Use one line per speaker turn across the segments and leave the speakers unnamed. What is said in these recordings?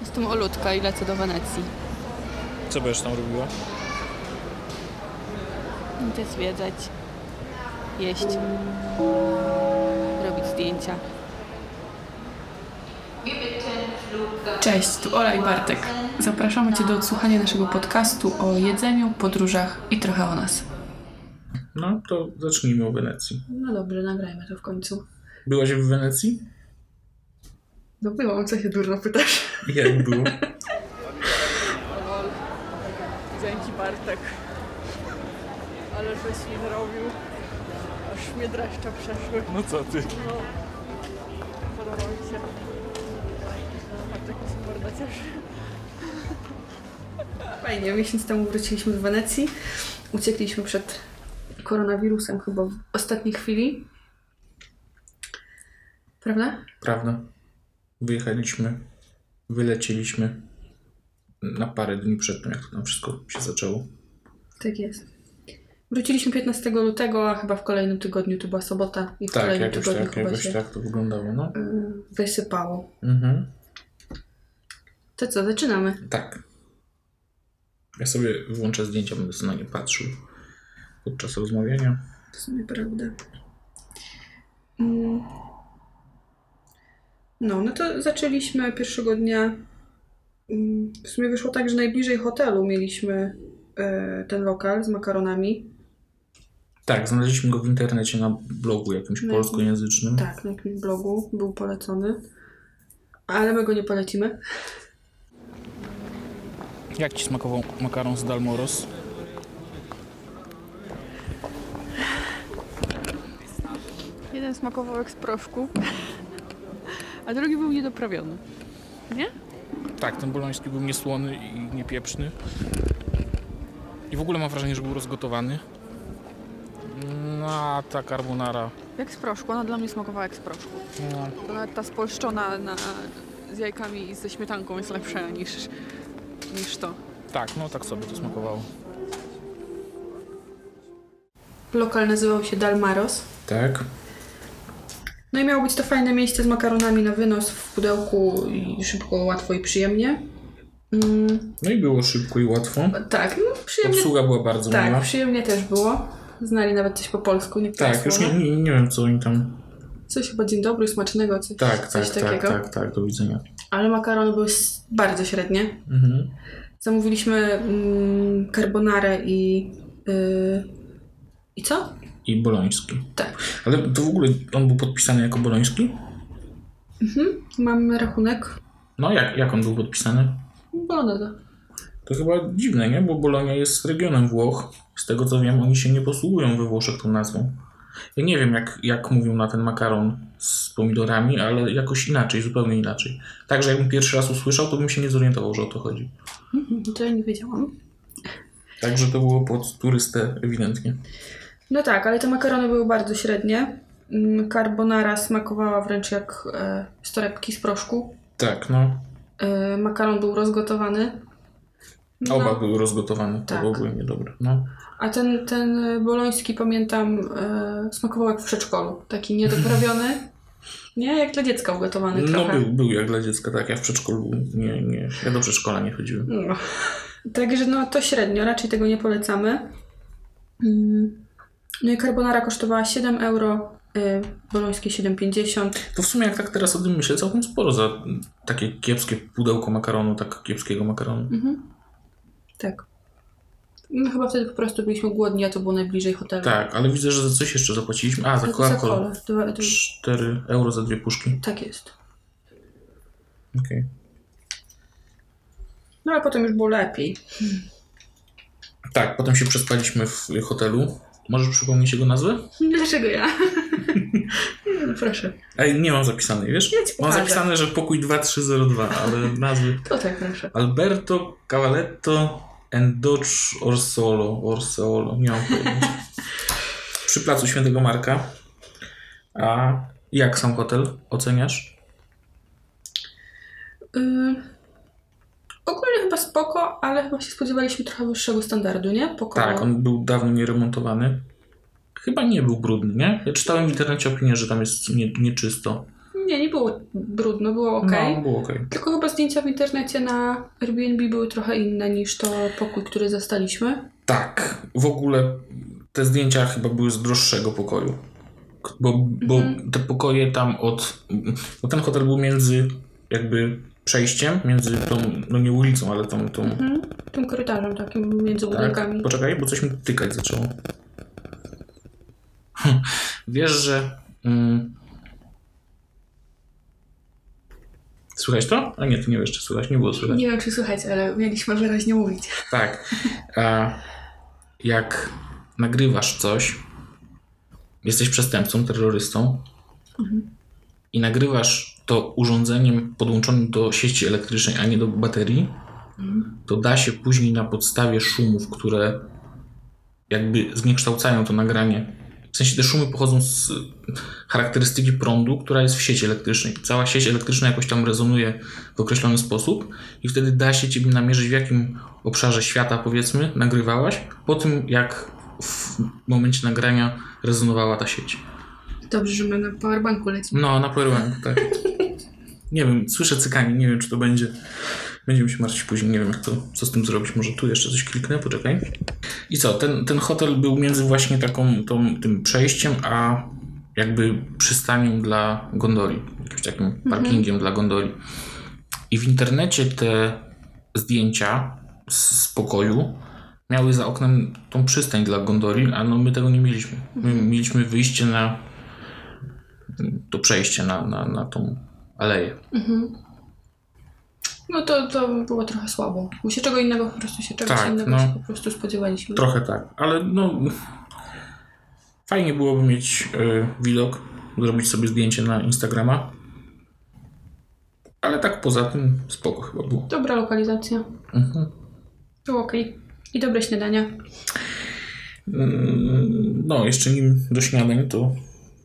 Jestem Olutka i lecę do Wenecji.
Co będziesz tam robiła?
Idę zwiedzać, jeść, robić zdjęcia.
Cześć, tu Ola i Bartek. Zapraszamy Cię do odsłuchania naszego podcastu o jedzeniu, podróżach i trochę o nas.
No to zacznijmy o Wenecji.
No dobrze, nagrajmy to w końcu.
Byłaś w Wenecji?
No byłam, co się dużo pytasz?
Jak było?
Dzięki Bartek. Ale żeś mi zrobił. Aż mnie dreszcze przeszły.
No co ty?
No, podobał mi się. Bartek mi się bardzo cieszy.
Fajnie, miesiąc temu wróciliśmy z Wenecji. Uciekliśmy przed koronawirusem chyba w ostatniej chwili. Prawda?
Prawda. Wyjechaliśmy, wylecieliśmy na parę dni przed tym, jak to tam wszystko się zaczęło.
Tak jest. Wróciliśmy 15 lutego, a chyba w kolejnym tygodniu, to była sobota i w
Tak,
kolejnym
jakoś
tygodniu
tak,
chyba
jakoś
się
tak to wyglądało, no.
y, wysypało.
Mhm.
To co, zaczynamy?
Tak. Ja sobie wyłączę zdjęcia, będę sobie na nie patrzył podczas rozmawiania.
W sumie prawda. Mm. No, no to zaczęliśmy pierwszego dnia. mm, W sumie wyszło tak, że najbliżej hotelu mieliśmy e, ten lokal z makaronami.
Tak, znaleźliśmy go w internecie na blogu jakimś
No.
polskojęzycznym.
Tak, na jakimś blogu był polecony. Ale my go nie polecimy.
Jak ci smakował makaron z Dalmoros?
Jeden smakował jak z proszku, a drugi był niedoprawiony.
Tak, ten boloński był niesłony i niepieprzny. I w ogóle mam wrażenie, że był rozgotowany. No, a ta carbonara.
Jak z proszku, ona dla mnie smakowała jak z proszku.
No,
To nawet ta spolszczona na, z jajkami i ze śmietanką jest lepsza niż, niż to.
tak, no tak sobie to smakowało.
Lokal nazywał się Dalmaros.
Tak,
No i miało być to fajne miejsce z makaronami na wynos w pudełku i szybko, łatwo i przyjemnie. Mm,
no i było szybko i łatwo.
tak, no przyjemnie
Obsługa no. była bardzo
Tak,
miła.
przyjemnie też było. Znali nawet coś po polsku, niektóre
Tak, już
słowa.
nie, nie, nie wiem co oni tam.
Coś chyba dzień dobry, smacznego, coś,
Tak,
coś
tak, tak,
takiego.
tak, tak, do widzenia.
Ale makarony były s- bardzo średnie.
Mhm.
Zamówiliśmy mm, carbonarę i... y, I co?
I boloński.
Tak.
Ale to w ogóle on był podpisany jako boloński?
Mam rachunek. no
No jak, jak on był podpisany?
Bolognese.
To chyba dziwne, nie? Bo Bolonia jest regionem Włoch. Z tego co wiem, oni się nie posługują we Włoszech tą nazwą. Ja nie wiem, jak, jak mówią na ten makaron z pomidorami, ale jakoś inaczej, zupełnie inaczej. Także jakbym pierwszy raz usłyszał, to bym się nie zorientował, że o to chodzi.
Mhm, To ja nie wiedziałam.
Także to było pod turystę ewidentnie.
No tak, ale te makarony były bardzo średnie. Mm, Carbonara smakowała wręcz jak e, z torebki z proszku.
Tak, no.
E, makaron był rozgotowany. No.
Oba były rozgotowane, to
Tak.
było ogólnie dobre. No.
A ten, ten boloński, pamiętam, e, smakował jak w przedszkolu. Taki niedoprawiony. Nie, jak dla dziecka ugotowany
No
trochę.
był, był jak dla dziecka, tak. Ja w przedszkolu, nie, nie, ja do przedszkola nie chodziłem.
No. Także no to średnio, raczej tego nie polecamy. Mm. No i carbonara kosztowała 7 euro, y, bolońskie 7,50.
To w sumie jak tak teraz o tym myślę, całkiem sporo za takie kiepskie pudełko makaronu, tak kiepskiego makaronu.
Mhm. Tak. No chyba wtedy po prostu byliśmy głodni, a to było najbliżej hotelu.
Tak, ale widzę, że za coś jeszcze zapłaciliśmy. A, za
Tylko za
Coca-Colę.
kolę. Dwa- dwa-
4 euro za dwie puszki.
Tak jest.
Okej.
No ale potem już było lepiej.
Tak, potem się przespaliśmy w hotelu. Może przypomnieć jego nazwę?
Dlaczego ja? Nie, no proszę.
Ej, nie mam zapisanej, wiesz?
Ja ci
Mam
pokażę.
zapisane, że pokój 2302, ale nazwy...
To tak, proszę.
Alberto Cavaletto and Dodge Orseolo. Orseolo, nie mam pojęcia. Przy placu Świętego Marka. A jak sam hotel oceniasz?
Y, ogólnie chyba spoko, ale chyba się spodziewaliśmy trochę wyższego standardu, nie? Pokoju.
Tak, on był dawno nieremontowany. Chyba nie był brudny, nie? Ja czytałem w internecie opinię, że tam jest nie, nieczysto.
Nie, nie było brudno, było ok.
No, było okej.
Tylko chyba zdjęcia w internecie na Airbnb były trochę inne niż to pokój, który zastaliśmy.
Tak, w ogóle te zdjęcia chyba były z droższego pokoju. K- Bo, bo
Mhm.
te pokoje tam od. Bo ten hotel był między jakby przejściem, między tą, no nie ulicą, ale tą. tą
Mhm. Tym korytarzem takim między
tak.
budynkami.
Poczekaj, bo coś mi tykać zaczęło. Wiesz, że. Mm, Słychać to? A nie, ty nie wiesz, czy słychać. Nie było słychać.
Nie wiem, czy słuchajcie, ale mieliśmy wyraźnie mówić.
Tak. A jak nagrywasz coś, jesteś przestępcą, terrorystą i nagrywasz to urządzeniem podłączonym do sieci elektrycznej, a nie do baterii, to da się później na podstawie szumów, które jakby zniekształcają to nagranie. W sensie te szumy pochodzą z charakterystyki prądu, która jest w sieci elektrycznej. Cała sieć elektryczna jakoś tam rezonuje w określony sposób i wtedy da się ciebie namierzyć, w jakim obszarze świata, powiedzmy, nagrywałaś, po tym jak w momencie nagrania rezonowała ta sieć.
Dobrze, że my na powerbanku lecimy.
No, na powerbank, tak. Nie wiem, słyszę cykanie, nie wiem, czy to będzie. Będziemy się martwić później, nie wiem, jak to, co z tym zrobić. Może tu jeszcze coś kliknę, poczekaj. I co, ten, ten hotel był między właśnie taką, tą, tym przejściem, a jakby przystanią dla gondoli. Jakimś takim parkingiem dla gondoli. I w internecie te zdjęcia z, z pokoju miały za oknem tą przystań dla gondoli, a no my tego nie mieliśmy. My mieliśmy wyjście na to przejście na, na, na tą aleję. Mhm.
No to, to było trochę słabo. Bo się czego innego po prostu się czegoś
Tak,
innego
no.
się po prostu spodziewaliśmy.
Trochę tak, ale no fajnie byłoby mieć y, widok, zrobić sobie zdjęcie na Instagrama. Ale tak poza tym spoko chyba było.
Dobra lokalizacja.
Mhm.
Było okej. I dobre śniadania.
Mm, No, jeszcze nim do śniadań, to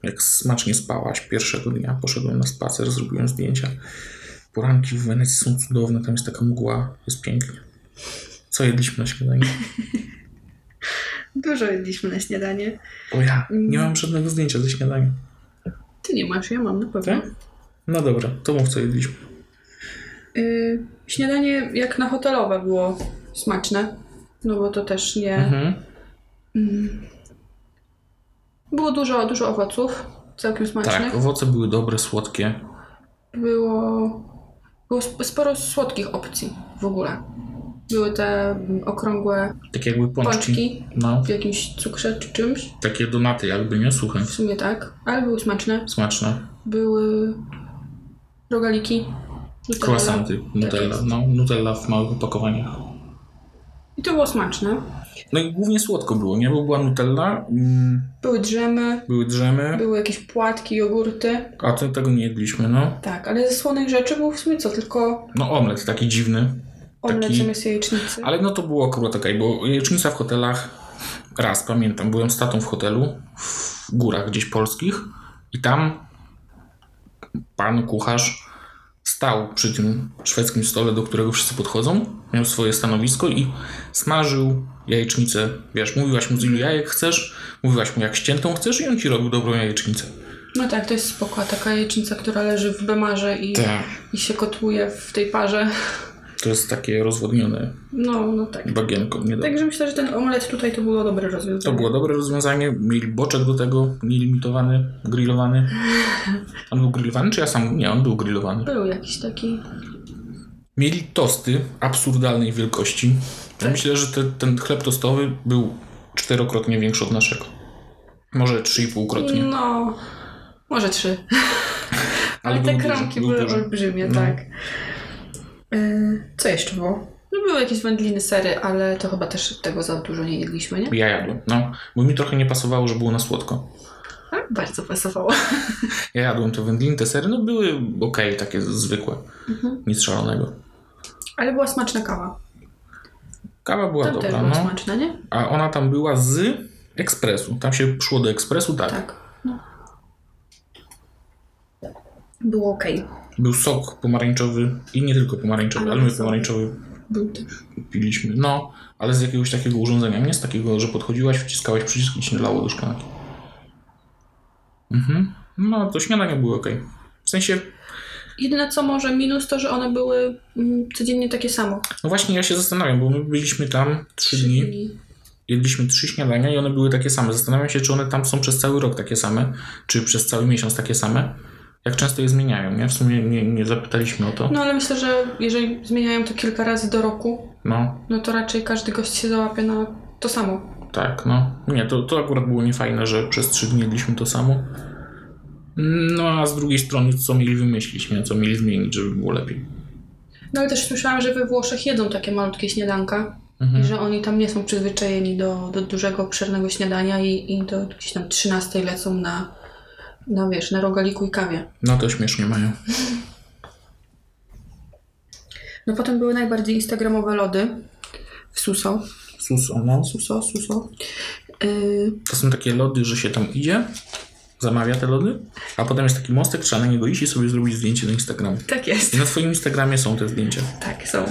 jak smacznie spałaś pierwszego dnia, poszedłem na spacer, zrobiłem zdjęcia. Poranki w Wenecji są cudowne, tam jest taka mgła, jest pięknie. Co jedliśmy na śniadanie?
Dużo jedliśmy na śniadanie.
O ja, nie mam żadnego zdjęcia ze śniadania.
Ty nie masz, ja mam na pewno.
Tak? No dobra, to mów co jedliśmy.
Y, śniadanie jak na hotelowe było smaczne. No bo to też nie. Mm.
Mhm.
Było dużo, dużo owoców, całkiem smacznych.
Tak, owoce były dobre, słodkie.
Było, było sp- sporo słodkich opcji w ogóle. Były te mm, okrągłe
Takie Tak jakby pączki.
pączki
No,
w jakimś cukrze czy czymś.
takie donaty jakby, nie? Suche,
W sumie tak, ale były smaczne.
smaczne.
Były rogaliki. Nutella.
Croissanty,
Tak
Nutella.
jest.
No, Nutella w małych opakowaniach.
I to było smaczne.
No i głównie słodko było, nie? Bo była Nutella, mm,
Były drzemy,
były drzemy,
były jakieś płatki, jogurty.
a ty tego nie jedliśmy, no.
Tak, ale ze słonych rzeczy był w sumie co? Tylko
No omlet taki dziwny.
omlet
Taki-
zamiast jajecznicy.
Ale no to było akurat okej, bo jajecznica w hotelach, raz pamiętam, byłem z tatą w hotelu w górach gdzieś polskich i tam pan kucharz stał przy tym szwedzkim stole, do którego wszyscy podchodzą, miał swoje stanowisko i smażył jajecznicę. Wiesz, mówiłaś mu z ilu jajek chcesz, mówiłaś mu jak ściętą chcesz i on ci robił dobrą jajecznicę.
No tak, to jest spoko. a Taka jajecznica, która leży w bemarze i,
Tak.
i się kotłuje w tej parze.
To jest takie rozwodnione
No, no tak.
bagienko. Nie
Także myślę, że ten omlet tutaj to było dobre rozwiązanie.
To było dobre rozwiązanie. Mieli boczek do tego, nielimitowany, grillowany. On był grillowany, czy ja sam? Nie, on był grillowany.
Był jakiś taki...
Mieli tosty absurdalnej wielkości. Ja myślę, że te, ten chleb tostowy był czterokrotnie większy od naszego. Może trzy i półkrotnie.
No... Może trzy. Ale,
był
te
duży,
kromki
był
były
duży.
olbrzymie,
No.
tak. Y, co jeszcze było? No były jakieś wędliny, sery, ale to chyba też tego za dużo nie jedliśmy, nie?
Ja jadłem, no. Bo mi trochę nie pasowało, że było na słodko.
Tak, bardzo pasowało.
Ja jadłem te wędliny, te sery, no były okej, takie zwykłe.
Mhm.
Nic szalonego.
Ale była smaczna kawa.
Kawa była
Tam też
dobra,
była
no.
smaczna, nie?
A ona tam była z ekspresu. Tam się szło do ekspresu, tak.
Tak. No. Było okej.
Był sok pomarańczowy i nie tylko pomarańczowy, ale my pomarańczowy
Był też.
piliśmy. No, ale z jakiegoś takiego urządzenia, nie z takiego, że podchodziłaś, wciskałaś przycisk i ci lało do szklanki. Mhm. No, to śniadanie było ok. W sensie,
Jedyne co może minus to, że one były mm, codziennie takie samo.
no właśnie ja się zastanawiam, bo my byliśmy tam trzy dni, jedliśmy trzy śniadania i one były takie same. Zastanawiam się, czy one tam są przez cały rok takie same, czy przez cały miesiąc takie same. Jak często je zmieniają? Ja w sumie nie, nie zapytaliśmy o to.
No ale myślę, że jeżeli zmieniają to kilka razy do roku,
No,
no to raczej każdy gość się załapie na to samo.
tak, no. Nie, to, to akurat było niefajne, że przez trzy dni jedliśmy to samo. No a z drugiej strony, co mieli wymyślić, nie? Co mieli zmienić, żeby było lepiej.
No ale też słyszałam, że we Włoszech jedzą takie malutkie śniadanka
Mhm.
i że oni tam nie są przyzwyczajeni do, do dużego, obszernego śniadania i, i do gdzieś tam 13 lecą na, na wiesz, na rogaliku i kawie.
No to śmiesznie mają.
No potem były najbardziej instagramowe lody w Suso.
Suso, no.
Suso, Suso. Yy,
To są takie lody, że się tam idzie, zamawia te lody, a potem jest taki mostek, trzeba na niego iść i sobie zrobić zdjęcie na Instagramie.
tak jest.
I na twoim Instagramie są te zdjęcia.
Tak, są.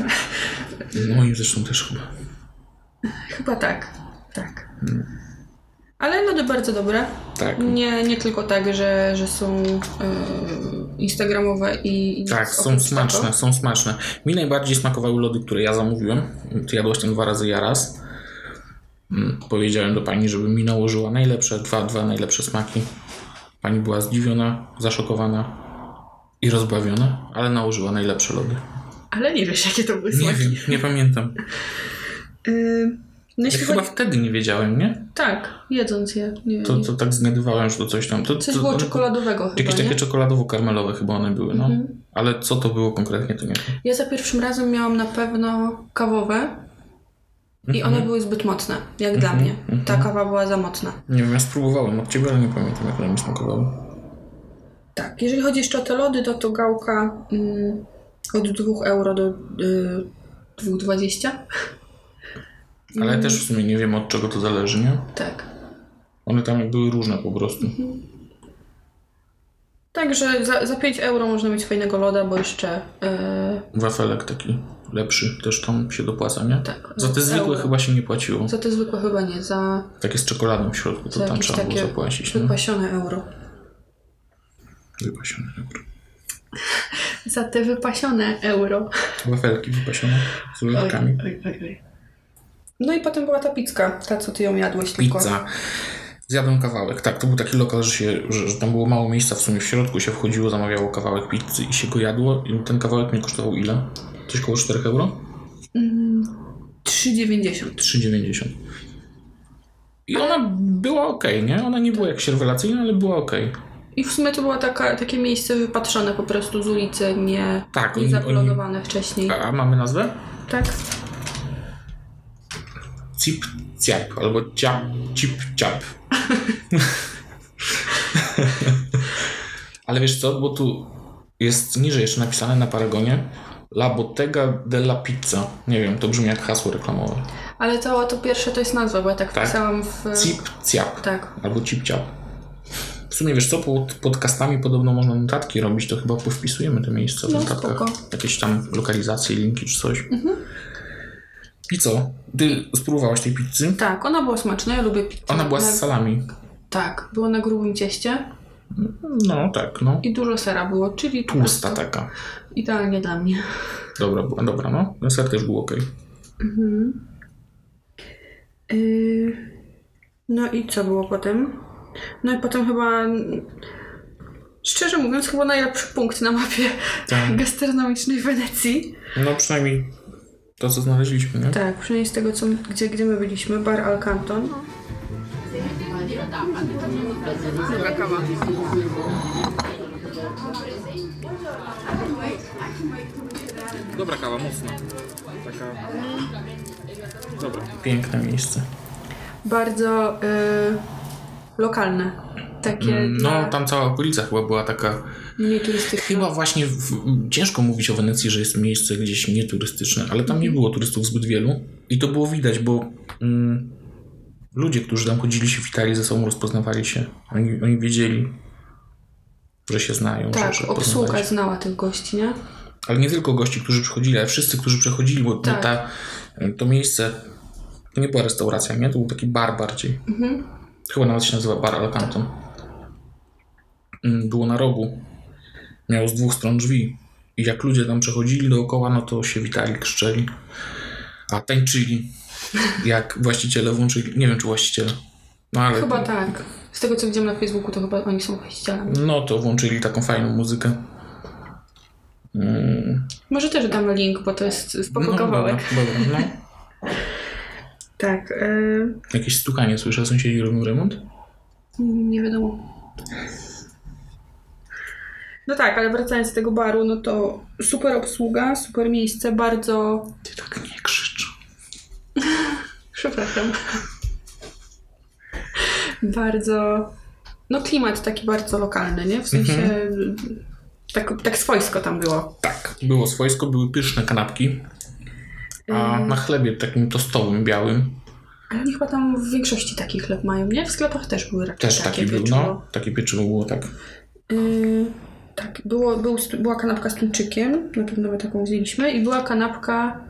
No moim zresztą też chyba.
Chyba tak. Tak. Ale lody bardzo dobre.
Tak.
Nie, nie tylko tak, że, że są yy, instagramowe i... i
Tak,
nic
są
oprócz
smaczne,
tego.
są smaczne. Mi najbardziej smakowały lody, które ja zamówiłem. Ty jadłaś tam dwa razy, ja raz. Mm, Powiedziałem do pani, żeby mi nałożyła najlepsze, dwa, dwa najlepsze smaki. Pani była zdziwiona, zaszokowana i rozbawiona, ale nałożyła najlepsze lody.
Ale nie wiesz, jakie to były
Nie
smaki.
wiem, nie pamiętam.
Yy, no
Ja
jeśli
chyba
chodzi-
wtedy nie wiedziałem, nie?
Tak, jedząc je. Nie,
To,
nie.
to tak zgadywałem, że to coś tam. To,
Coś
to,
było
one-
czekoladowego chyba,
Jakieś
nie?
takie czekoladowo-karmelowe chyba one były, no.
Mhm.
Ale co to było konkretnie, to nie wiem.
Ja za pierwszym razem miałam na pewno kawowe i
Mhm.
one były zbyt mocne, jak dla mnie. Ta kawa była za mocna.
Nie wiem, ja spróbowałem od ciebie, ale nie pamiętam, jak one mi smakowały.
Tak, jeżeli chodzi jeszcze o te lody, to to gałka mm, od 2 euro do y, 2,20.
Ale
Mm.
też w sumie nie wiem, od czego to zależy, nie?
Tak.
One tam jak były różne po prostu.
Mhm. Także Tak, za, za 5 euro można mieć fajnego loda, bo jeszcze y,
Wafelek taki lepszy też tam się dopłaca, nie?
tak.
Za te zwykłe
euro.
chyba się nie płaciło.
Za te zwykłe chyba nie, za
Takie z czekoladą w środku,
Za
to tam
jakieś
trzeba było
takie
zapłacić. nie?
wypasione euro.
Wypasione, dobra.
Za te wypasione euro.
Wafelki wypasione z lodkami.
oj, tak. oj, oj. No i potem była ta pizka, ta co ty ją jadłeś tylko.
Pizza. Zjadłem kawałek. Tak, to był taki lokal, że, się, że, że tam było mało miejsca w sumie w środku. się wchodziło, zamawiało kawałek pizzy i się go jadło. I ten kawałek mnie kosztował ile? Coś koło 4 euro?
Mm, 3,90.
3,90. I ona była okej, nie? Ona nie była jakś rewelacyjna, ale była okej.
I w sumie to było taka, takie miejsce wypatrzone po prostu z ulicy, nie,
Tak,
nie
oni-
zaplanowane wcześniej.
A mamy nazwę?
Tak?
Cip Ciap albo Ciap Cip Ciap. Ale wiesz co, bo tu jest niżej jeszcze napisane na Paragonie La Bottega della Pizza. Nie wiem, to brzmi jak hasło reklamowe.
Ale to, to pierwsze to jest nazwa, bo ja tak,
Tak.
wpisałam w...
Cip Ciap
Tak.
albo Cip Ciap. W sumie wiesz co, pod podcastami podobno można notatki robić, to chyba powpisujemy te miejsca w
No,
notatkach.
spoko. Mhm.
Jakieś tam lokalizacje, linki czy coś. I co? Ty spróbowałaś tej pizzy?
Tak, ona była smaczna, ja lubię pizzę.
Ona była
na,
z salami.
Tak, była na grubym cieście
No tak, no.
i dużo sera było, czyli po
Tłusta tak.
prostu
taka.
Idealnie dla mnie.
Dobra, była, dobra, no. Ten ser też był ok.
Y, No i co było potem? No i potem chyba... Szczerze mówiąc, chyba najlepszy punkt na mapie
Tak.
gastronomicznej Wenecji.
No przynajmniej to, co znaleźliśmy, nie?
Tak, przynajmniej z tego, co, gdzie, gdzie my byliśmy, bar Alcanton.
Druga kawa.
Dobra kawa, mocna. Taka...
Mhm.
Dobra. Piękne miejsce.
Bardzo y, lokalne, takie
No,
dla
tam cała okolica chyba była taka...
mniej turystyczne.
Chyba właśnie w... ciężko mówić o Wenecji, że jest miejsce gdzieś nieturystyczne, ale tam
Mhm.
nie było turystów zbyt wielu. I to było widać, bo... Mm, ludzie, którzy tam chodzili, się witali ze sobą, rozpoznawali się. Oni, oni wiedzieli, że się znają.
Tak,
że, że poznawali się.
obsługa znała tych gości, nie?
Ale nie tylko gości, którzy przychodzili, ale wszyscy, którzy przechodzili, bo
Tak.
ta, to miejsce to nie była restauracja, nie? To był taki bar bardziej.
Mhm.
Chyba nawet się nazywa Bar Alcanton. Mm, Było na rogu Miał z dwóch stron drzwi. I jak ludzie tam przechodzili dookoła, no to się witali, krzyczeli. A tańczyli. Jak właściciele włączyli. Nie wiem, czy właściciele. No ale.
Chyba tak. Z tego co widziałam na Facebooku, to chyba oni są właścicielami.
No to włączyli taką fajną muzykę. Mm,
Może też damy link, bo to jest spoko
no,
kawałek.
Dobra, dobra, no.
Tak, yy,
Jakieś stukanie słyszę, sąsiedzi robią remont?
nie wiadomo. No tak, ale wracając do tego baru, no to super obsługa, super miejsce, bardzo...
Ty tak nie krzycz.
Przepraszam. bardzo... No klimat taki bardzo lokalny, nie? W sensie...
Mhm.
Tak, tak swojsko tam było.
Tak, było swojsko, były pyszne kanapki. A
Mm.
na chlebie takim tostowym, białym
Ale oni chyba tam w większości taki chleb mają, nie? W sklepach też były raczej
też taki
takie
był,
pieczywo.
no. Takie pieczywo było, tak.
Yy, tak, było, był, stu- była kanapka z tuńczykiem, na pewno my taką wzięliśmy, i była kanapka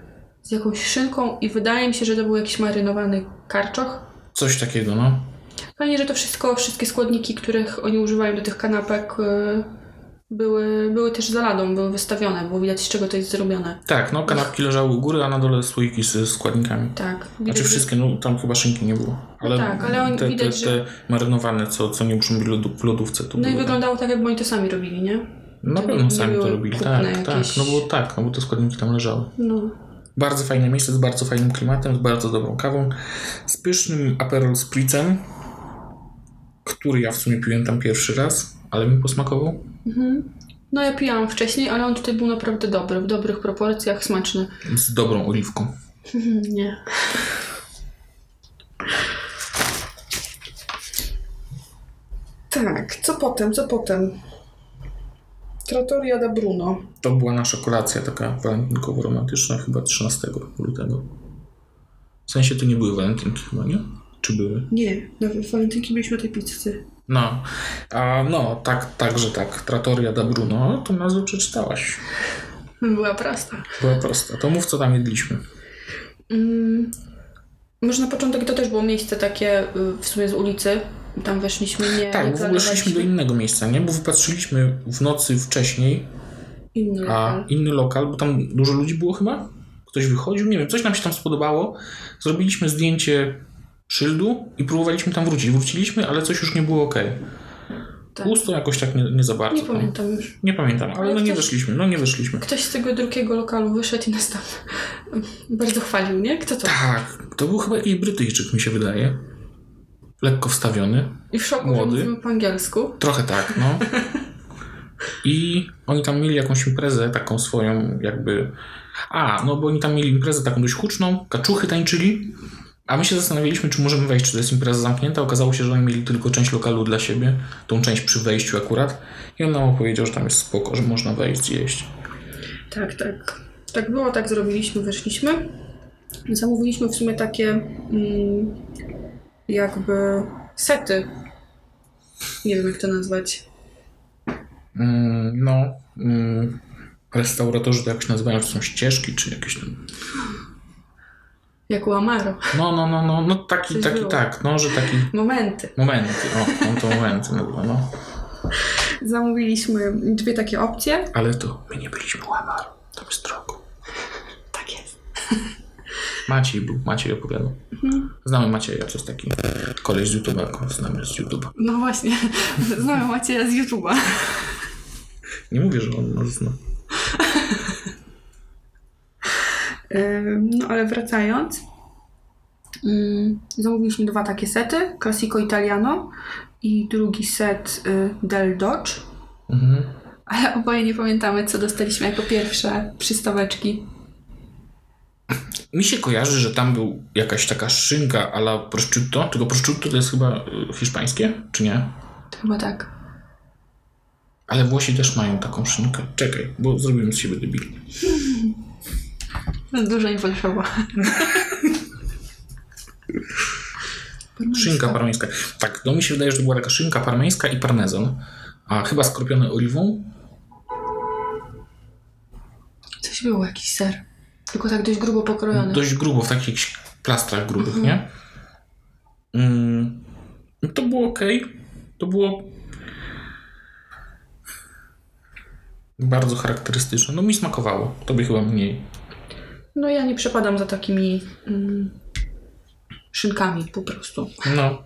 z jakąś szynką i wydaje mi się, że to był jakiś marynowany karczoch.
Coś takiego, no.
Fajnie, że to wszystko, wszystkie składniki, których oni używają do tych kanapek, yy, były, były też za ladą, były wystawione, było widać z czego to jest zrobione.
Tak, no kanapki leżały u góry, a na dole słoiki ze składnikami.
Tak, widać,
Znaczy
że-
wszystkie, no tam chyba szynki nie było. Ale,
tak, ale on-
te,
widać,
te,
że-
te marynowane, co, co nie muszą być lodu- w lodówce, to
No i
były-
wyglądało tak, jakby oni to sami robili, nie?
Na
to
pewno
nie
sami to
były
robili,
kupne
tak, tak.
jakieś-
No bo tak, no bo te składniki tam leżały.
No.
Bardzo fajne miejsce, z bardzo fajnym klimatem, z bardzo dobrą kawą, z pysznym Aperol Spritzem, który ja w sumie piłem tam pierwszy raz, ale mi posmakował.
No ja pijałam wcześniej, ale on tutaj był naprawdę dobry, w dobrych proporcjach, smaczny.
Z dobrą oliwką.
Nie. Tak, co potem, co potem? Trattoria da Bruno.
To była nasza kolacja taka walentynkowo-romantyczna, chyba 13 lutego. W sensie to nie były walentynki chyba, nie? Czy były?
Nie, na walentynki byliśmy o tej pizzy.
No, a no, tak, także tak. Trattoria da Bruno, to nazwę przeczytałaś.
Hmm, Była prosta.
Była prosta. To mów, co tam jedliśmy.
Mm, może na początek to też było miejsce takie y, w sumie z ulicy. Tam weszliśmy, nie
Tak,
nie
bo w ogóle szliśmy do
planowaliśmy.
innego miejsca, nie? Bo wypatrzyliśmy w nocy wcześniej,
Inny
a
lokal.
inny lokal, bo tam dużo ludzi było chyba? Ktoś wychodził, nie wiem, coś nam się tam spodobało. Zrobiliśmy zdjęcie szyldu i próbowaliśmy tam wrócić. Wróciliśmy, ale coś już nie było ok.
Tak.
Pusto jakoś tak nie, nie za bardzo.
Nie
tam.
pamiętam już.
Nie pamiętam, ale
Ale
no nie
ktoś-
weszliśmy, no nie weszliśmy.
Ktoś z tego drugiego lokalu wyszedł i nas tam bardzo chwalił, nie? Kto to?
Tak, to był chyba jakiś Brytyjczyk, mi się wydaje. Lekko wstawiony.
I w szoku,
Młody.
że mówimy po angielsku.
Trochę tak, no. I oni tam mieli jakąś imprezę, taką swoją, jakby. A, no bo oni tam mieli imprezę taką dość huczną, kaczuchy tańczyli. A my się zastanawialiśmy, czy możemy wejść, czy to jest impreza zamknięta. Okazało się, że oni mieli tylko część lokalu dla siebie, tą część przy wejściu akurat. I on nam opowiedział, że tam jest spoko, że można wejść, jeść.
Tak, tak. Tak było, tak zrobiliśmy, weszliśmy. Zamówiliśmy w sumie takie mm, jakby sety. Nie wiem, jak to nazwać.
Mm, no, mm, restauratorzy to jakoś nazywają, czy są ścieżki, czy jakieś tam.
Jak u Amaro.
No, no, no, no, no taki,
Coś
taki,
było.
tak, no, że taki.
Momenty.
Momenty, o, no to momenty, no, no.
Zamówiliśmy dwie takie opcje.
Ale to my nie byliśmy łamar. To jest drogo.
Tak jest.
Maciej był, Maciej opowiadał. Znamy Macieja, to jest taki koleś z YouTube'a, znamy z YouTube'a.
No właśnie. Znamy Macieja z YouTube'a.
Nie mówię, że on nas zna.
Ym, No ale wracając, ym, zamówiliśmy dwa takie sety, Classico Italiano i drugi set y, Del Dodge,
Mhm.
ale oboje nie pamiętamy, co dostaliśmy jako pierwsze przystaweczki.
Mi się kojarzy, że tam był jakaś taka szynka a la prosciutto, tylko prosciutto to jest chyba y, hiszpańskie, czy nie?
To chyba tak.
Ale Włosi też mają taką szynkę. Czekaj, bo zrobimy z siebie debili.
No, Dużo im potrzeba.
Szynka parmeńska. Tak, no mi się wydaje, że to była taka szynka parmeńska i parmezan. A chyba skropione oliwą?
Coś było, jakiś ser. Tylko tak dość grubo pokrojony.
Dość grubo, w takich jakichś plastrach grubych, nie? Mm, no to było ok. To było. Bardzo charakterystyczne. No mi smakowało. Tobie chyba mniej.
No ja nie przepadam za takimi mm, szynkami po prostu.
No,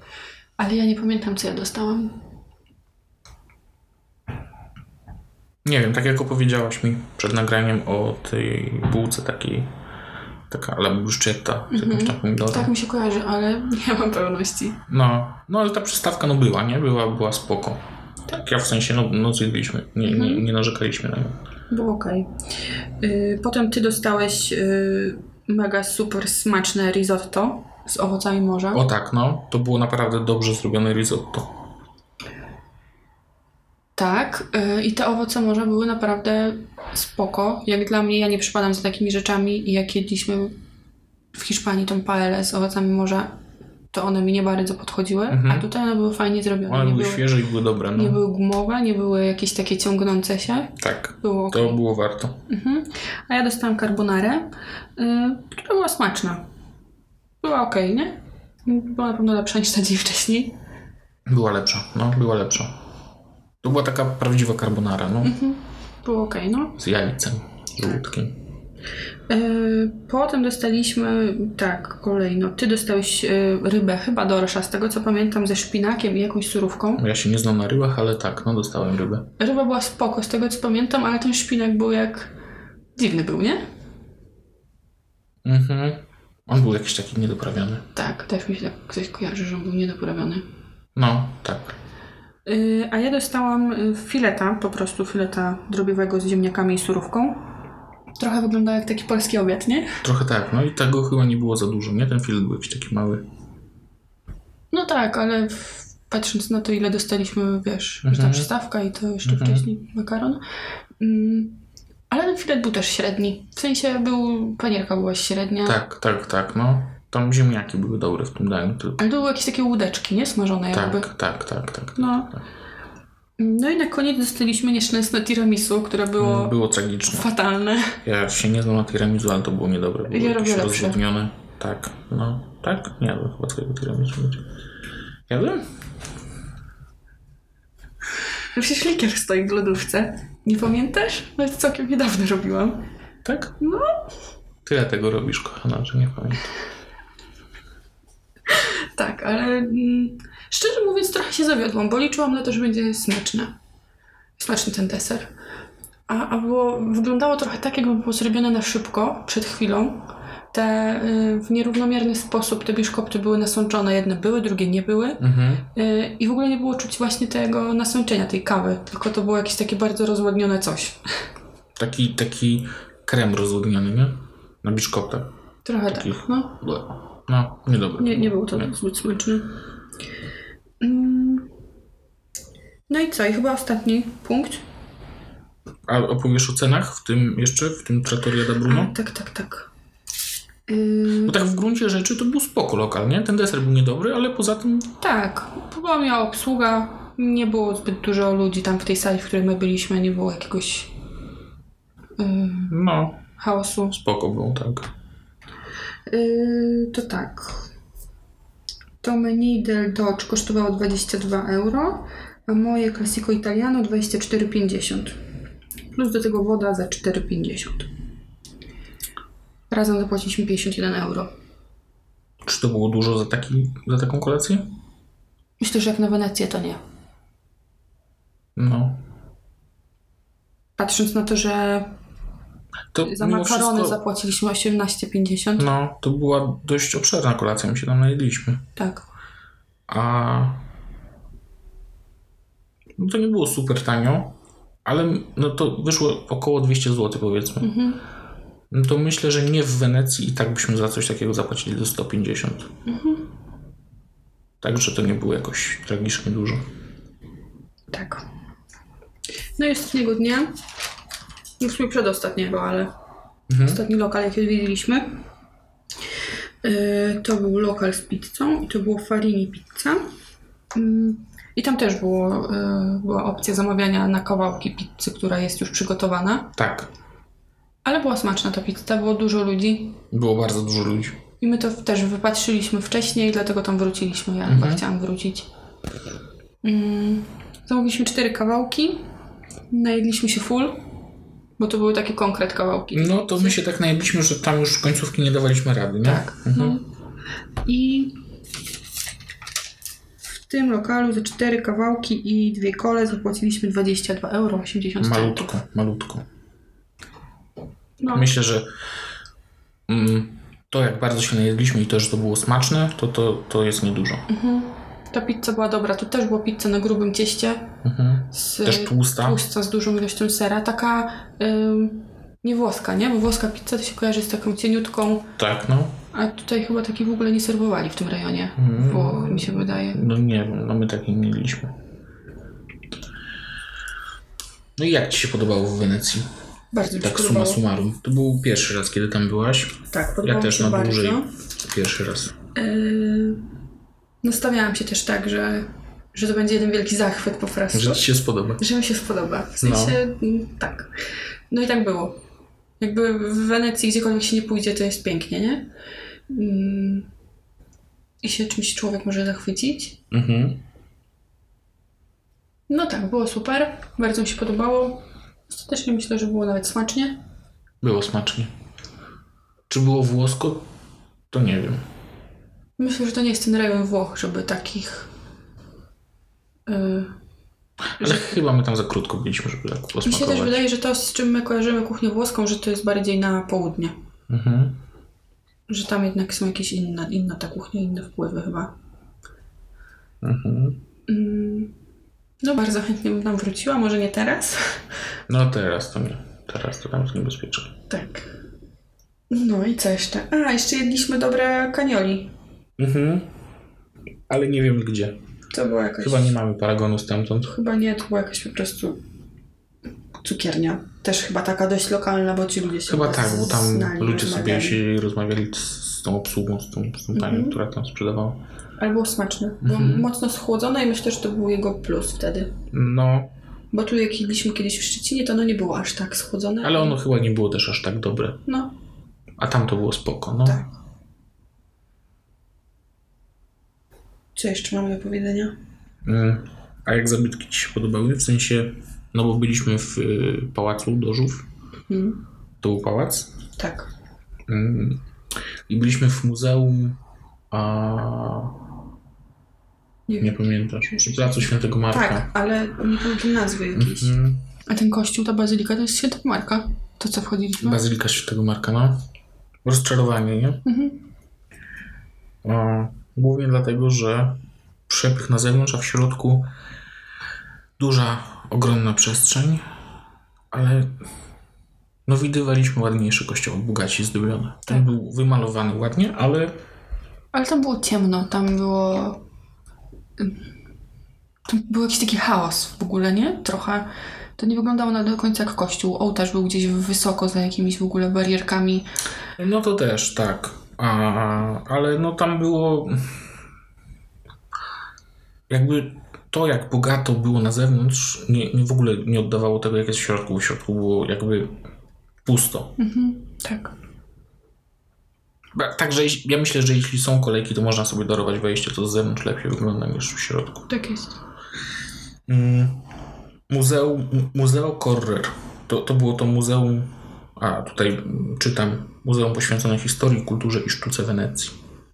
Ale ja nie pamiętam, co ja dostałam.
nie wiem, tak jak opowiedziałaś mi przed nagraniem o tej bułce takiej, taka ale bruszczyta z jakimś tam pomidorem.
Tak mi się kojarzy, ale nie mam pewności.
No, no ale ta przystawka no była, nie? Była, była spoko. Tak, ja w sensie, no, no zjedliśmy, nie, nie, nie narzekaliśmy na nią.
Było okej. Y, Potem ty dostałeś y, mega super smaczne risotto z owocami morza.
O tak, no, to było naprawdę dobrze zrobione risotto.
Tak, y, i te owoce morza były naprawdę spoko. Jak dla mnie, ja nie przypadam za takimi rzeczami i jak jedliśmy w Hiszpanii tą paelę z owocami morza, to one mi nie bardzo podchodziły,
Mhm.
a tutaj one były fajnie zrobione.
One
nie,
były
były,
świeże i były dobre, no.
nie były gumowe, nie były jakieś takie ciągnące się.
Tak,
Było
to
okej.
było warto.
Mhm. A ja dostałam carbonarę, y, która była smaczna. Była okej, nie? Była na pewno lepsza niż ta dzień wcześniej.
Była lepsza, no, była lepsza. To była taka prawdziwa carbonara, no,
Mhm. Było okej, no.
z jajcem,
Tak.
żółtkiem.
Y, potem dostaliśmy, tak, kolejno. Ty dostałeś y, rybę, chyba dorsza, z tego co pamiętam, ze szpinakiem i jakąś surówką.
Ja się nie znam na rybach, ale tak, no, dostałem rybę.
Ryba była spoko, z tego co pamiętam, ale ten szpinak był jak... Dziwny był, nie?
Mhm. On był jakiś taki niedoprawiony.
Tak, też mi się tak ktoś kojarzy, że on był niedoprawiony.
No, tak.
Y, A ja dostałam y, fileta, po prostu fileta drobiowego z ziemniakami i surówką. Trochę wygląda jak taki polski obiad, nie?
Trochę tak, no i tego chyba nie było za dużo, nie? Ten film był jakiś taki mały.
No tak, ale w, patrząc na to, ile dostaliśmy, wiesz, że ta
Mhm.
przystawka i to jeszcze
Mhm.
wcześniej makaron. Mm, ale ten filet był też średni. W sensie był, panierka była średnia.
Tak, tak, tak, no. Tam ziemniaki były dobre w tym daniu tylko.
Ale to były jakieś takie łódeczki, nie? Smażone jakby.
Tak, tak, tak, tak.
No. No i na koniec dostaliśmy nieszczęsne tiramisu, które było
Było, było tragiczne.
fatalne.
Ja się nie znam na tiramisu, ale to było niedobre. Było
Ja
jakieś
robię lepsze.
rozwodnione. Tak, no. Tak? Nie jadłem chyba twojego tiramisu. Jadłem?
Przecież likier stoi w lodówce. Nie pamiętasz? No całkiem niedawno robiłam.
Tak?
No.
Tyle tego robisz, kochana, że nie pamiętam.
Tak, ale mm, szczerze mówiąc trochę się zawiodłam, bo liczyłam na to, że będzie smaczne. Smaczny ten deser. A, a było, wyglądało trochę tak, jakby było zrobione na szybko, przed chwilą. Te y, w nierównomierny sposób te biszkopty były nasączone. Jedne były, drugie nie były.
Mhm.
Y, I w ogóle nie było czuć właśnie tego nasączenia, tej kawy. Tylko to było jakieś takie bardzo rozładnione coś.
Taki, taki krem rozwodniony, nie? Na biszkoptach.
Trochę
Takich.
tak, no.
Ble. No, niedobre.
Nie, nie było to tak zbyt smaczne. Mm. No i co? I chyba ostatni punkt.
A opowiesz o cenach w tym jeszcze, w tym Trattoria da
A,
Bruno?
tak, tak, tak. Yy,
Bo tak w gruncie rzeczy to był spoko lokal, nie? Ten deser był niedobry, ale poza tym
tak, była miała obsługa. Nie było zbyt dużo ludzi tam w tej sali, w której my byliśmy. Nie było jakiegoś yy,
no,
chaosu.
spoko był, tak.
Yy, to tak. To menu del Dodge kosztowało 22 euro, a moje Classico Italiano 24,50. Plus do tego woda za 4,50. Razem zapłaciliśmy 51 euro.
Czy to było dużo za, taki, za taką kolację?
Myślę, że jak na Wenecję to nie.
No.
Patrząc na to, że
To
za
No, mimo
makarony
wszystko-
zapłaciliśmy 18,50.
No, to była dość obszerna kolacja, my się tam najedliśmy.
Tak.
A... No to nie było super tanio, ale no to wyszło około 200 zł powiedzmy.
Mhm.
No to myślę, że nie w Wenecji i tak byśmy za coś takiego zapłacili do 150.
Mhm.
Także to nie było jakoś tragicznie dużo.
Tak. No i ostatniego dnia, no w sumie przedostatniego, ale
Mhm.
ostatni lokal, jaki odwiedziliśmy, yy, to był lokal z pizzą i to było Farini Pizza. Ym, I tam też było, yy, była opcja zamawiania na kawałki pizzy, która jest już przygotowana.
Tak,
Ale była smaczna ta pizza, było dużo ludzi
było bardzo dużo ludzi.
i my to też wypatrzyliśmy wcześniej, dlatego tam wróciliśmy. Ja chyba chciałam wrócić. Mm, zamówiliśmy cztery kawałki, najedliśmy się full. Bo to były takie konkret kawałki.
No to my się tak najedliśmy, że tam już końcówki nie dawaliśmy rady, nie? Mhm.
Tak. No. I w tym lokalu za cztery kawałki i dwie kole zapłaciliśmy 22,80 euro.
Malutko, malutko.
No.
Myślę, że mm, to jak bardzo się najedliśmy i to, że to było smaczne, to, to, to jest niedużo.
mhm. Ta pizza była dobra. Tu też była pizza na grubym cieście.
Mhm.
Z
Też tłusta.
tłuszcza z dużą ilością sera. Taka ym, nie włoska, nie? Bo włoska pizza to się kojarzy z taką cieniutką,
Tak, no.
a tutaj chyba takiej w ogóle nie serwowali w tym rejonie.
Mm.
Bo mi się wydaje.
No nie wiem, no my takiej nie mieliśmy. No i jak Ci się podobało w Wenecji?
Bardzo mi się
Tak summa
podobało.
summarum. To był pierwszy raz, kiedy tam byłaś.
Tak,
Ja
podobało mi
też
się
na
bardzo.
dłużej. Pierwszy raz.
Yy, nastawiałam się też tak, że, że to będzie jeden wielki zachwyt po prostu.
Że Ci się spodoba.
Że mi się spodoba. W sensie mm, tak. No i tak było. Jakby w Wenecji gdziekolwiek się nie pójdzie, to jest pięknie, nie? Mm. I się czymś człowiek może zachwycić.
Mhm.
No tak, było super. Bardzo mi się podobało. Ostatecznie myślę, że było nawet smacznie.
Było smacznie. Czy było włosko? To nie wiem.
Myślę, że to nie jest ten rejon Włoch, żeby takich... Yy,
Ale chyba my tam za krótko byliśmy, żeby tak posmakować.
Mi się też wydaje, że to, z czym my kojarzymy kuchnię włoską, że to jest bardziej na południe.
Mhm.
Że tam jednak są jakieś inne, inna ta kuchnia, inne wpływy chyba.
Mhm.
Mm. No bardzo chętnie bym tam wróciła, może nie teraz.
No teraz to nie. Teraz to tam jest niebezpieczne.
Tak. No i co jeszcze? A, jeszcze jedliśmy dobre kanioli.
Mhm. Ale nie wiem gdzie.
To była jakaś...
Chyba nie mamy paragonu stamtąd.
Chyba nie, to była jakaś po prostu cukiernia. Też chyba taka dość lokalna, bo ci ludzie się
Chyba tak, bo tam
znali,
ludzie sobie
rozmawiali.
się rozmawiali z, z tą obsługą, z tą, z tą panią,
Mhm.
która tam sprzedawała.
Ale było smaczne. Było
Mhm.
mocno schłodzone i myślę, że to był jego plus wtedy.
No,
Bo tu jak jedliśmy kiedyś w Szczecinie, to ono nie było aż tak schłodzone.
ale ono chyba nie było też aż tak dobre.
No,
A tam to było spoko, no.
Tak. co jeszcze mamy do powiedzenia?
Mm. A jak zabytki Ci się podobały? W sensie, no bo byliśmy w y, pałacu Dożów.
Mhm.
To był pałac?
Tak.
Mm. I byliśmy w muzeum, a
Nie
nie
wiem.
pamiętasz, przy placu Świętego Marka.
Tak, ale nie pamiętam nazwy jakiejś.
Mhm.
A ten kościół, ta bazylika to jest świętego Marka. To co wchodziliśmy?
Bazylika Świętego Marka, no. Rozczarowanie, nie?
Mhm.
A, głównie dlatego, że przepych na zewnątrz, a w środku duża, ogromna przestrzeń, ale no widywaliśmy ładniejsze kościoły, bogaci, zdobione. Ten
Tak.
był wymalowany ładnie, ale
Ale tam było ciemno, tam było... Tam był jakiś taki chaos w ogóle, nie? Trochę. To nie wyglądało na do końca jak kościół. Ołtarz był gdzieś wysoko za jakimiś w ogóle barierkami.
No to też, tak. A, ale no tam było. Jakby to, jak bogato było na zewnątrz, nie, nie w ogóle nie oddawało tego, jak jest w środku. W środku było jakby pusto.
Mhm. Tak.
Ba- Także jeś- ja myślę, że jeśli są kolejki, to można sobie darować wejście, to z zewnątrz lepiej wygląda niż w środku.
Tak jest.
Mm, Muzeum, mu- Muzeo Correr. To, to było to muzeum, a tutaj mm, czytam, muzeum poświęcone historii, kulturze i sztuce Wenecji.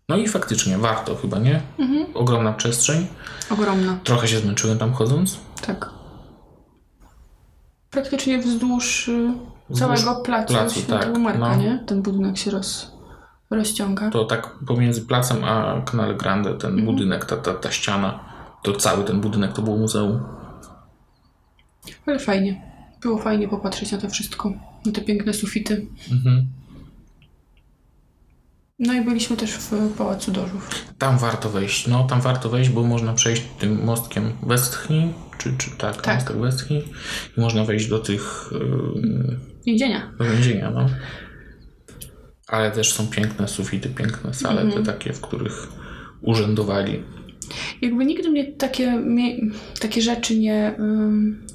No i faktycznie, warto chyba, nie?
Mhm.
Ogromna przestrzeń.
Ogromna.
Trochę się zmęczyłem tam chodząc.
Tak. Praktycznie wzdłuż y,
Wzdłuż
całego placu,
placu,
Świętego
tak,
Marka,
no.
nie? Ten budynek się roz, rozciąga.
To tak pomiędzy placem a Canale Grande, ten budynek, ta, ta, ta ściana, to cały ten budynek to było muzeum.
Ale fajnie. Było fajnie popatrzeć na to wszystko. Na te piękne sufity.
Mhm.
No i byliśmy też w Pałacu Dożów.
Tam warto wejść. No, tam warto wejść, bo można przejść tym mostkiem Westchni, czy, czy tak,
Tak.
mostek Westchni. I można wejść do tych yy,
Jedzenia.
do więzienia, no. Ale też są piękne sufity, piękne sale,
Mhm.
te takie, w których urzędowali.
Jakby nigdy mnie takie, mie- takie rzeczy nie, ym,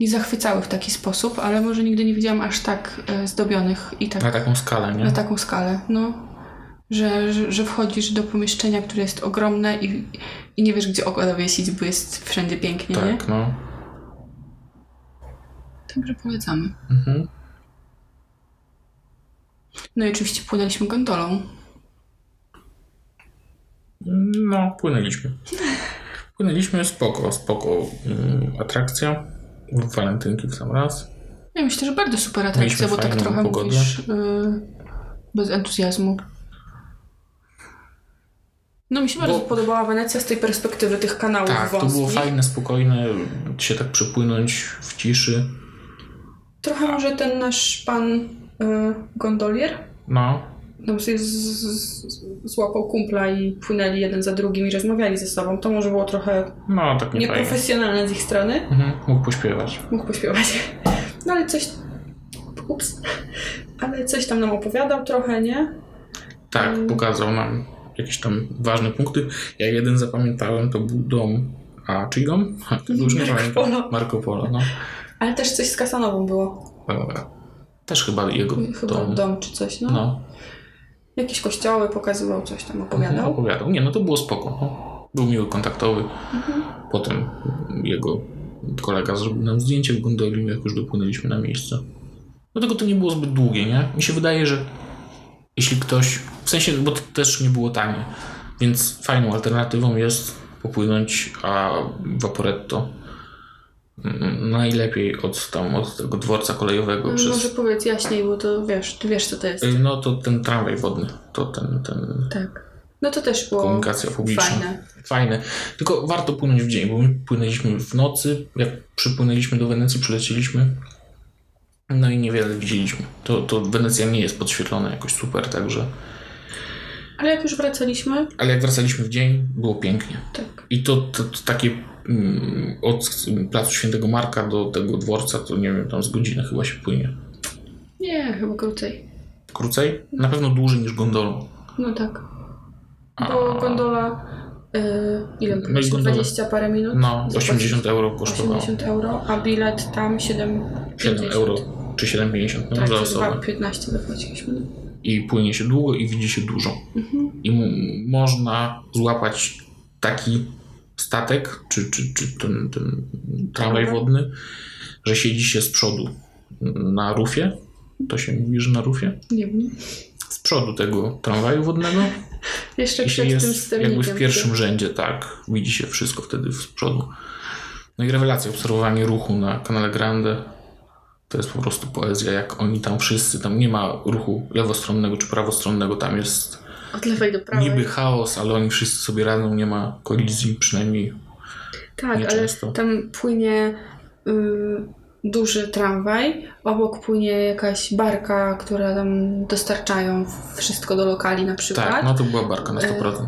nie zachwycały w taki sposób, ale może nigdy nie widziałam aż tak y, zdobionych i tak
Na taką skalę, nie?
na taką skalę, no. Że, że, że wchodzisz do pomieszczenia, które jest ogromne i, i nie wiesz, gdzie oko zawiesić, bo jest
no.
wszędzie pięknie, nie?
tak, no.
Także polecamy.
Mhm.
No i oczywiście płynęliśmy gondolą.
No, płynęliśmy. Płynęliśmy, spoko, spoko mm, atrakcja. W walentynki w sam raz.
Ja myślę, że bardzo super atrakcja,
Mieliśmy
bo tak
fajną
trochę
pogodę.
mówisz y, bez entuzjazmu.
No mi się
Bardzo
Bo-
podobała Wenecja z tej perspektywy tych kanałów
Tak, to
wąskich.
było fajne, spokojne, się tak przepłynąć w ciszy.
Trochę może ten nasz pan y, gondolier
No,
nam sobie z, z, złapał kumpla i płynęli jeden za drugim i rozmawiali ze sobą. To może było trochę
no tak nie fajnie.
nieprofesjonalne z ich strony.
Mhm, mógł pośpiewać.
mógł pośpiewać. No ale coś. Ups. Ale coś tam nam opowiadał trochę, nie?
Tak,
Mm.
pokazał nam jakieś tam ważne punkty. Ja jeden zapamiętałem, to był dom. A czyj dom? Ha, Tego już nie
Marco
pamiętam.
Polo.
Marco Polo, no.
Ale też coś z Kasanową było.
E, Też chyba jego
Chyba
dom.
dom, czy coś, no.
No,
Jakieś kościoły pokazywał, coś tam opowiadał.
Opowiadał. Nie, no to było spoko. No. Był miły, kontaktowy.
Mhm.
Potem jego kolega zrobił nam zdjęcie w gondoli, jak już dopłynęliśmy na miejsce. Dlatego to nie było zbyt długie, nie? Mi się wydaje, że jeśli ktoś... W sensie, bo to też nie było tanie. Więc fajną alternatywą jest popłynąć a Vaporetto. Mm, Najlepiej od tam, od tego dworca kolejowego
Mm, Może
przez...
powiedz jaśniej, bo to wiesz, ty wiesz co to jest.
y, No to ten tramwaj wodny. To ten, ten
Tak. No to też było
komunikacja publiczna.
fajne.
Tak Fajne. Tylko warto płynąć w dzień, bo my płynęliśmy w nocy. Jak przypłynęliśmy do Wenecji, przylecieliśmy. No i niewiele widzieliśmy. To, to Wenecja nie jest podświetlona jakoś super, także.
Ale jak już wracaliśmy,
Ale jak wracaliśmy w dzień, było pięknie.
tak.
I to, to, to takie mm, od placu Świętego Marka do tego dworca, to nie wiem, tam z godziny chyba się płynie.
Nie, chyba krócej.
Krócej? Na pewno dłużej niż gondolą.
No tak.
A-
Bo gondola, y, ile
No i
no
gondola.
20 parę minut?
No,
Zapłacić
80 euro kosztowało.
80 euro, a bilet tam 7,
7 euro czy 7,50 no,
Tak,
za
to
osobę.
2,15 zapłaciliśmy.
i płynie się długo i widzi się dużo. I m- można złapać taki statek, czy, czy, czy ten, ten tramwaj
Tramwaj.
wodny, że siedzi się z przodu na rufie. To się mówi, że na rufie?
Nie wiem.
Z przodu tego tramwaju wodnego.
Jeszcze
I się
przed tym
jest
sternikiem.
jakby w pierwszym rzędzie, tak. Widzi się wszystko wtedy z przodu. No i rewelacja, obserwowanie ruchu na kanale Grande. To jest po prostu poezja, jak oni tam wszyscy, tam nie ma ruchu lewostronnego czy prawostronnego, tam jest
Od lewej do prawej.
niby chaos, ale oni wszyscy sobie radzą, nie ma kolizji przynajmniej.
tak, ale
nieczęsto.
tam płynie y, duży tramwaj, obok płynie jakaś barka, która tam dostarczają wszystko do lokali na przykład.
Tak, no to była barka
E,
na 100%.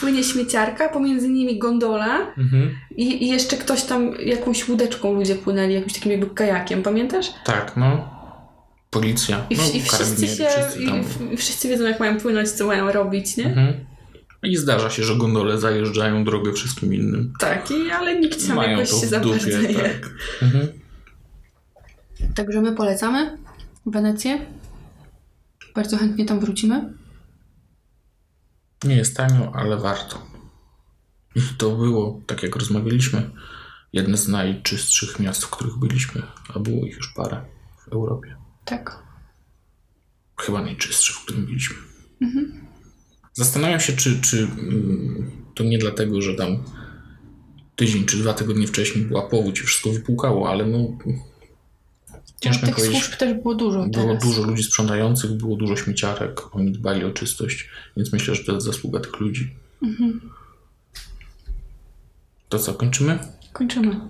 Płynie śmieciarka, pomiędzy nimi gondola
Mhm.
i, i jeszcze ktoś tam jakąś łódeczką ludzie płynęli, jakimś takim jakby kajakiem, pamiętasz?
Tak, no. Policja,
I,
no,
i wszyscy
karabinieri,
się,
wszyscy
i,
tam.
i wszyscy wiedzą jak mają płynąć, co mają robić, nie?
Mhm. I zdarza się, że gondole zajeżdżają drogę wszystkim innym.
Tak, i, ale nikt tam
Mają
jakoś
to
się za
w
bardzo
dupie,
nie.
tak. Mhm.
Także my polecamy Wenecję. Bardzo chętnie tam wrócimy.
Nie jest tanio, ale warto. I to było, tak jak rozmawialiśmy, jedne z najczystszych miast, w których byliśmy, a było ich już parę w Europie.
Tak.
chyba najczystszy, w którym byliśmy.
Mhm.
Zastanawiam się, czy, czy mm, to nie dlatego, że tam tydzień czy dwa tygodnie wcześniej była powódź i wszystko wypłukało, ale no ciężko mi
Tych
powiedzieć.
służb też było dużo
Było
No teraz.
dużo ludzi sprzątających, było dużo śmieciarek, oni dbali o czystość, więc myślę, że to jest zasługa tych ludzi. To co, kończymy?
Kończymy.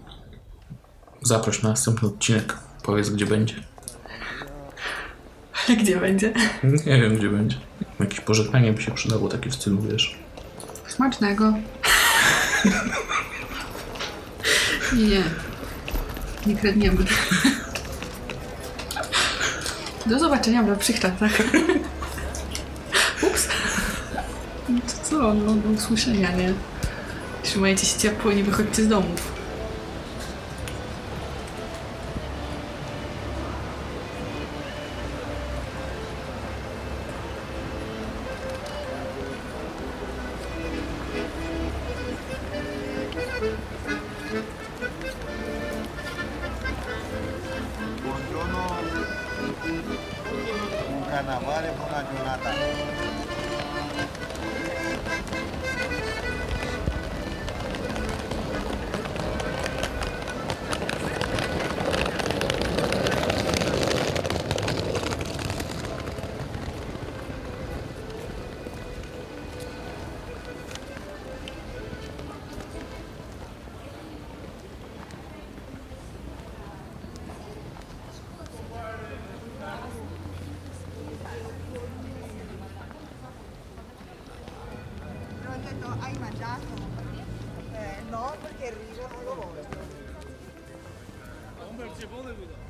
Zaproś na następny odcinek. Powiedz, gdzie będzie.
Ale gdzie będzie?
Nie wiem, gdzie będzie. Jakieś pożegnanie by się przydało, takie w stylu, wiesz.
Smacznego.
Nie. Nie kradniemy.
Do zobaczenia w lepszych czasach. Ups.
To co? No, do usłyszenia, nie? Trzymajcie się ciepło i nie wychodźcie z domów.
Buongiorno. carnavale până la Jonathan.
Però ho detto, hai mangiato? Eh, no, perché il riso non lo voglio.
Un percepone, Buda.